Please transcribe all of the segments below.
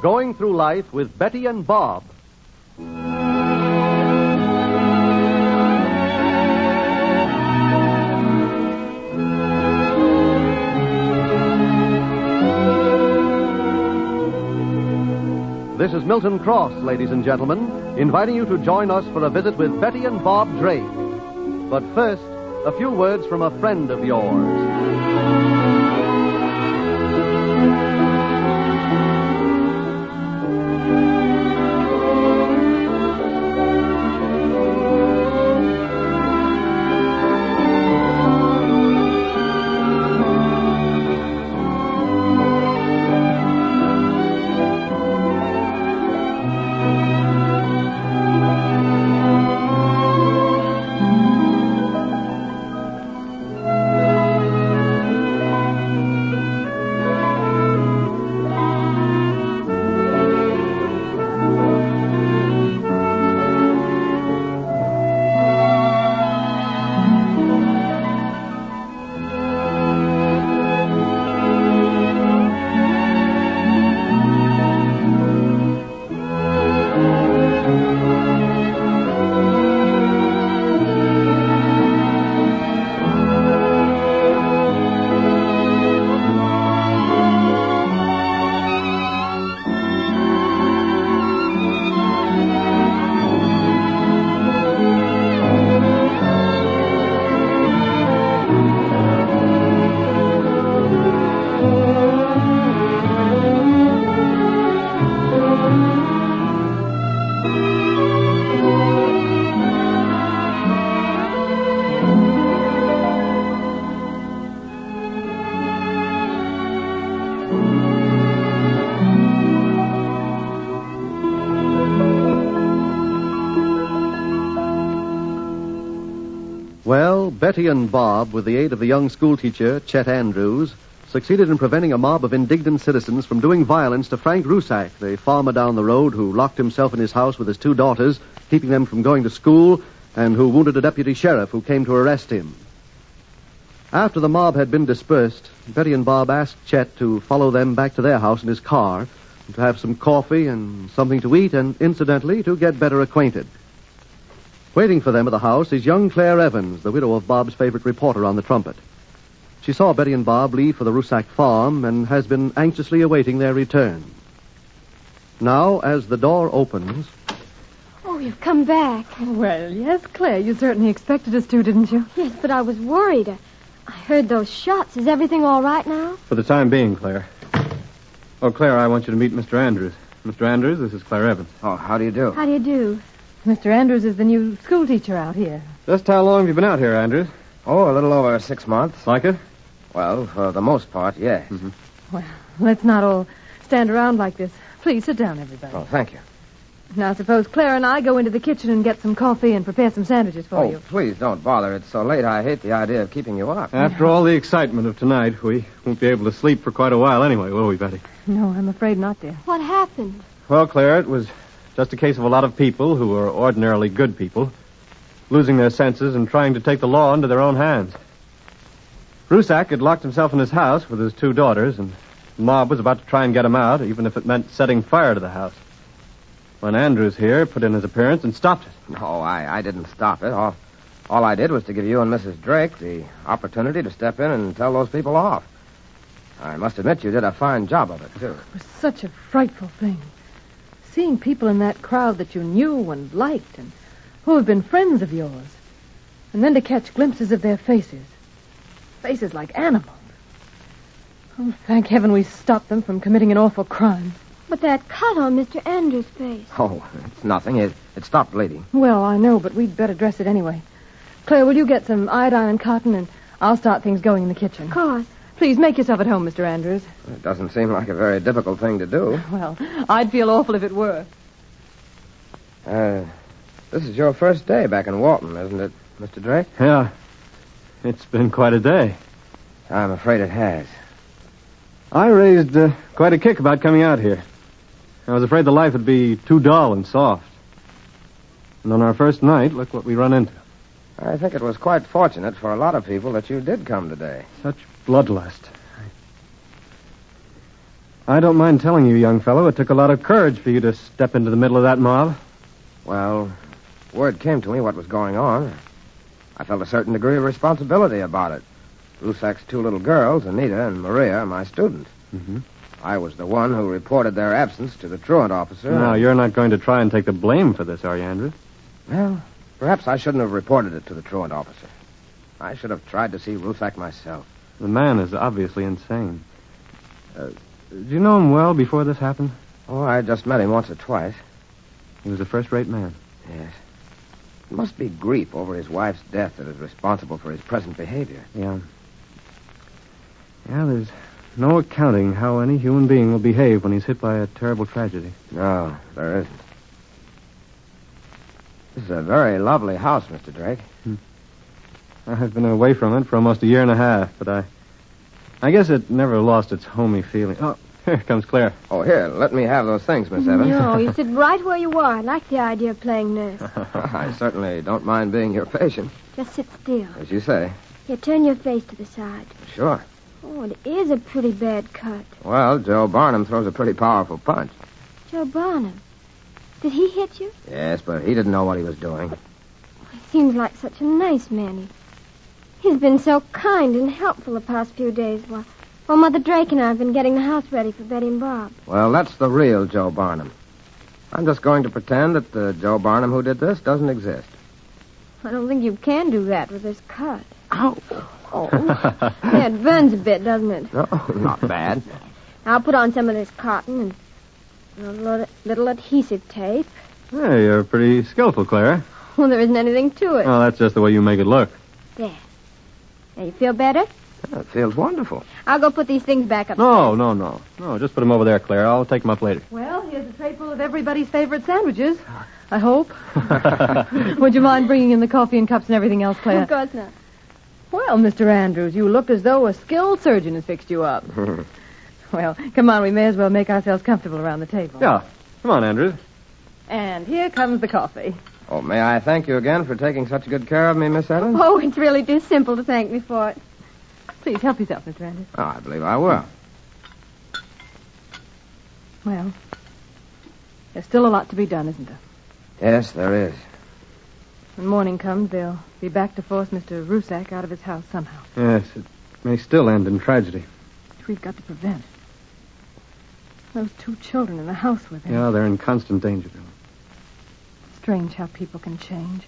Going Through Life with Betty and Bob. This is Milton Cross, ladies and gentlemen, inviting you to join us for a visit with Betty and Bob Drake. But first, a few words from a friend of yours. Well, Betty and Bob, with the aid of the young schoolteacher, Chet Andrews, succeeded in preventing a mob of indignant citizens from doing violence to Frank Rusak, the farmer down the road who locked himself in his house with his two daughters, keeping them from going to school, and who wounded a deputy sheriff who came to arrest him. After the mob had been dispersed, Betty and Bob asked Chet to follow them back to their house in his car, to have some coffee and something to eat, and incidentally, to get better acquainted. Waiting for them at the house is young Claire Evans, the widow of Bob's favorite reporter on the trumpet. She saw Betty and Bob leave for the Rusak farm and has been anxiously awaiting their return. Now, as the door opens, Oh, you've come back. Well, yes, Claire, you certainly expected us to, didn't you? Yes, but I was worried. I heard those shots. Is everything all right now? For the time being, Claire. Oh, Claire, I want you to meet Mr. Andrews. Mr. Andrews, this is Claire Evans. Oh, how do you do? How do you do? Mr. Andrews is the new schoolteacher out here. Just how long have you been out here, Andrews? Oh, a little over six months. Like it? Mm-hmm. Well, for the most part, yes. Let's not all stand around like this. Please sit down, everybody. Oh, thank you. Now, suppose Claire and I go into the kitchen and get some coffee and prepare some sandwiches for oh, you. please don't bother. It's so late. I hate the idea of keeping you up. After all the excitement of tonight, we won't be able to sleep for quite a while anyway, will we, Betty? No, I'm afraid not, dear. What happened? Well, Claire, it was just a case of a lot of people who are ordinarily good people losing their senses and trying to take the law into their own hands. Rusak had locked himself in his house with his two daughters, and the mob was about to try and get him out, even if it meant setting fire to the house. When Andrews here put in his appearance and stopped it. No, I, I didn't stop it. All, all I did was to give you and Mrs. Drake the opportunity to step in and tell those people off. I must admit you did a fine job of it, too. It was such a frightful thing. Seeing people in that crowd that you knew and liked and who have been friends of yours. And then to catch glimpses of their faces. Faces like animals. Oh, thank heaven we stopped them from committing an awful crime. But that cut on Mr. Andrews' face. Oh, it's nothing. It, it stopped bleeding. Well, I know, but we'd better dress it anyway. Claire, will you get some iodine and cotton, and I'll start things going in the kitchen. Of course. Please make yourself at home, Mr. Andrews. It doesn't seem like a very difficult thing to do. Well, I'd feel awful if it were. Uh, this is your first day back in Walton, isn't it, Mr. Drake? Yeah. It's been quite a day. I'm afraid it has. I raised uh, quite a kick about coming out here. I was afraid the life would be too dull and soft. And on our first night, look what we run into. I think it was quite fortunate for a lot of people that you did come today. Such bloodlust. I- I don't mind telling you, young fellow, it took a lot of courage for you to step into the middle of that mob. Well, word came to me what was going on. I felt a certain degree of responsibility about it. Rusak's two little girls, Anita and Maria, are my students. Mm-hmm. I was the one who reported their absence to the truant officer. Now, you're not going to try and take the blame for this, are you, Andrew? Well, perhaps I shouldn't have reported it to the truant officer. I should have tried to see Rusak myself. The man is obviously insane. Uh, do you know him well before this happened? Oh, I just met him once or twice. He was a first-rate man. Yes. It must be grief over his wife's death that is responsible for his present behavior. Yeah. Yeah, there's no accounting how any human being will behave when he's hit by a terrible tragedy. No, Ah, there isn't. This is a very lovely house, Mr. Drake. I've been away from it for almost a year and a half, but I, I guess it never lost its homey feeling. Oh, here comes Claire. Oh, here, let me have those things, Miss Evans. No, you sit right where you are. I like the idea of playing nurse. I certainly don't mind being your patient, Just sit still. as you say. Here, turn your face to the side. Sure. Oh, it is a pretty bad cut. Well, Joe Barnum throws a pretty powerful punch. Joe Barnum. Did he hit you? Yes, but he didn't know what he was doing. He seems like such a nice man. He- He's been so kind and helpful the past few days while, while Mother Drake and I have been getting the house ready for Betty and Bob. Well, that's the real Joe Barnum. I'm just going to pretend that the Joe Barnum who did this doesn't exist. I don't think you can do that with this cut. Ow. Oh, yeah, it burns a bit, doesn't it? No, not bad. I'll put on some of this cotton and a lo- little adhesive tape. Hey, you're pretty skillful, Claire. Well, there isn't anything to it. Well, Oh, that's just the way you make it look. There. Now, you feel better? That feels wonderful. I'll go put these things back up. No, no, no. No, just put him over there, Claire. I'll take him up later. Well, here's a tray full of everybody's favorite sandwiches. I hope. Would you mind bringing in the coffee and cups and everything else, Claire? Of course not. Well, Mr. Andrews, you look as though a skilled surgeon has fixed you up. well, come on, we may as well make ourselves comfortable around the table. Yeah. Come on, Andrews. And here comes the coffee. Oh, may I thank you again for taking such good care of me, Miss Evans? Oh, it's really too simple to thank me for it. Please help yourself, Mr. Andrews. Oh, I believe I will. Well, there's still a lot to be done, isn't there? Yes, there is. When morning comes, they'll be back to force Mr. Rusak out of his house somehow, Yes, it may still end in tragedy. which we've got to prevent. Those two children in the house with him. Yeah, they're in constant danger. Strange how people can change.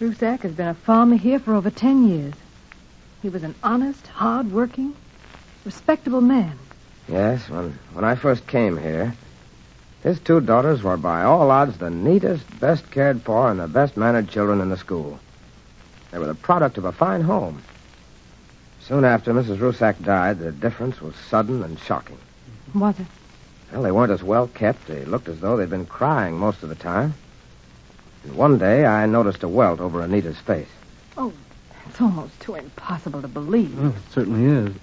Rusak has been a farmer here for over ten years. He was an honest, hard-working, respectable man. Yes, when, when I first came here, his two daughters were by all odds the neatest, best cared for, and the best mannered children in the school. They were the product of a fine home. Soon after Mrs. Rusak died, the difference was sudden and shocking. Was it? Well, they weren't as well kept. They looked as though they'd been crying most of the time. And one day I noticed a welt over Anita's face. It's almost too impossible to believe. Well, Oh, it certainly is.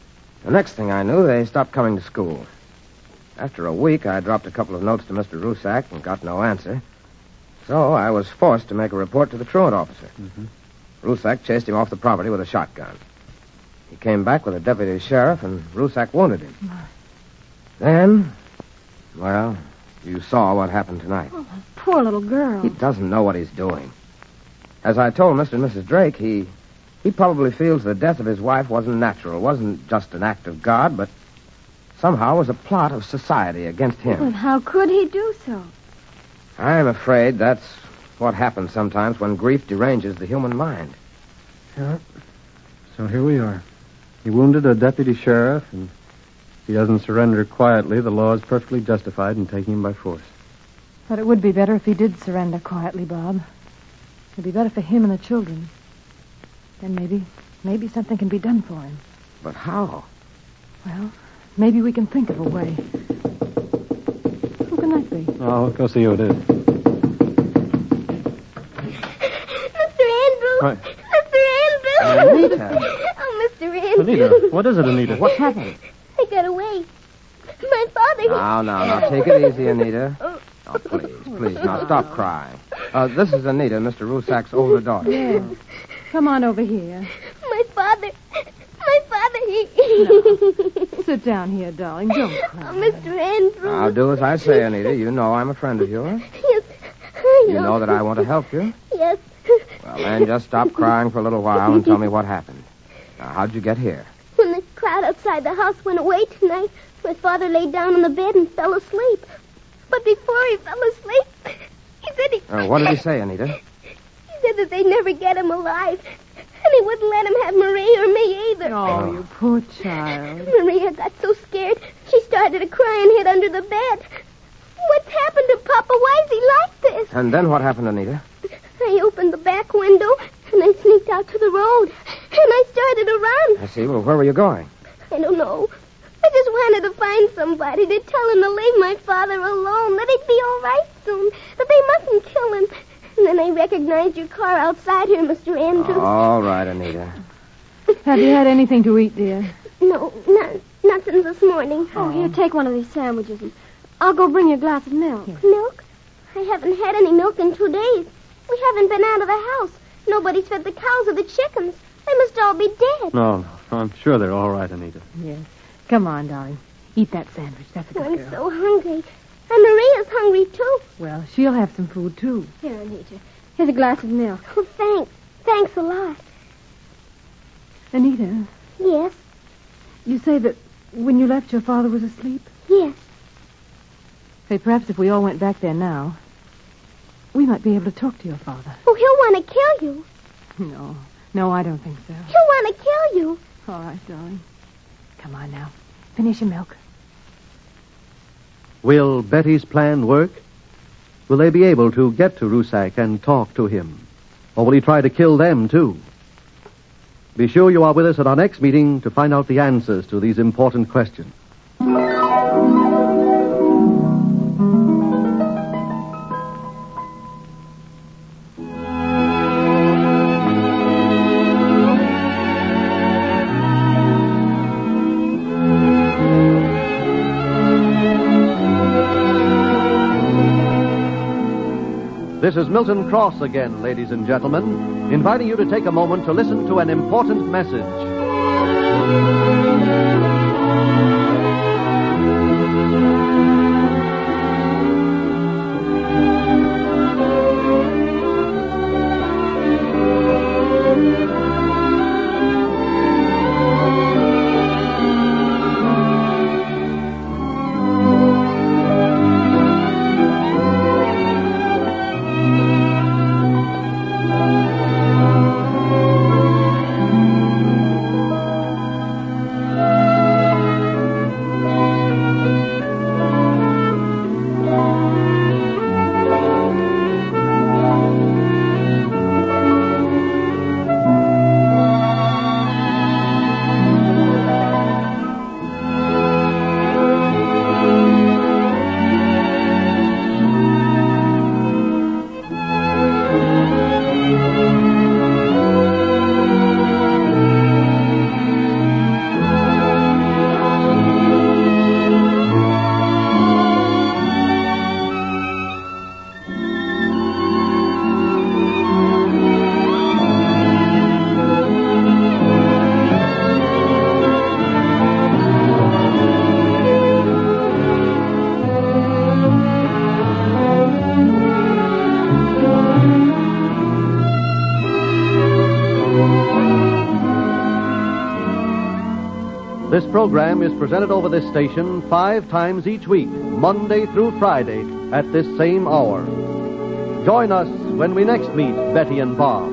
The next thing I knew, they stopped coming to school. After a week, I dropped a couple of notes to Mr. Rusak and got no answer. So I was forced to make a report to the truant officer. Mhm. Rusak chased him off the property with a shotgun. He came back with a deputy sheriff, and Rusak wounded him. Then, well, you saw what happened tonight. Oh, Poor little girl. He doesn't know what he's doing. As I told Mr. and Mrs. Drake, he he probably feels the death of his wife wasn't natural, wasn't just an act of God, but somehow was a plot of society against Well, him. how could he do so? I'm afraid that's what happens sometimes when grief deranges the human mind. So here we are. He wounded a deputy sheriff, and if he doesn't surrender quietly, the law is perfectly justified in taking him by force. But it would be better if he did surrender quietly, Bob. It'd be better for him and the children. Then maybe, maybe something can be done for him. But how? Well, maybe we can think of a way. Who can that be? I'll go see who it is. Mr. Andrews! What? Mr. Andrews! Oh, Mr. Andrews! Anita, what is it, Anita? What's happened? They got away. My father... Now, now, now, take it easy, Anita. Oh, please, please, now stop crying. Uh, this is Anita, Mr. Rusak's older daughter. Come on over here. My father... My father... Sit down here, darling. Don't Oh, cry. Mr. Andrews. I'll do as I say, Anita. You know I'm a friend of yours. Yes, I know. You know that I want to help you. Yes. Well, then just stop crying for a little while and tell me what happened. Now, how'd you get here? When the crowd outside the house went away tonight, my father lay down on the bed and fell asleep. But before he fell asleep, he said he. Uh, what did he say, Anita? He said that they'd never get him alive, and he wouldn't let him have Marie or me either. Oh, you poor child. Maria got so scared, she started to cry and hid under the bed. What's happened to Papa? Why is he like this? And then what happened, Anita? I opened the back window, and I sneaked out to the road, and I started to run. I see. Well, where were you going? I don't know. I just wanted to find somebody to tell him to leave my father alone, that he'd be all right soon, that they mustn't kill him. And then I recognized your car outside here, Mr. Andrews. All right, Anita. Have you had anything to eat, dear? No, not, not since this morning. Oh, here, take one of these sandwiches, and I'll go bring you a glass of milk. Milk? I haven't had any milk in two days. We haven't been out of the house. Nobody's fed the cows or the chickens. They must all be dead. No, no. I'm sure they're all right, Anita. Yes. Come on, darling. Eat that sandwich. That's a I'm good so girl. hungry. And Maria's hungry, too. Well, she'll have some food, too. Here, Anita. Here's a glass of milk. Oh, thanks. Thanks a lot. Anita, Yes, you say that when you left, your father was asleep? yes. Say, perhaps if we all went back there now, we might be able to talk to your father. Oh, he'll want to kill you. No. No, I don't think so. He'll want to kill you. All right, darling. Come on now. Finish your milk. Will Betty's plan work? Will they be able to get to Rusak and talk to him? Or will he try to kill them, too? Be sure you are with us at our next meeting to find out the answers to these important questions. This is Milton Cross again, ladies and gentlemen, inviting you to take a moment to listen to an important message. This program is presented over this station five times each week, Monday through Friday, at this same hour. Join us when we next meet Betty and Bob.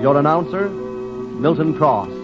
Your announcer, Milton Cross.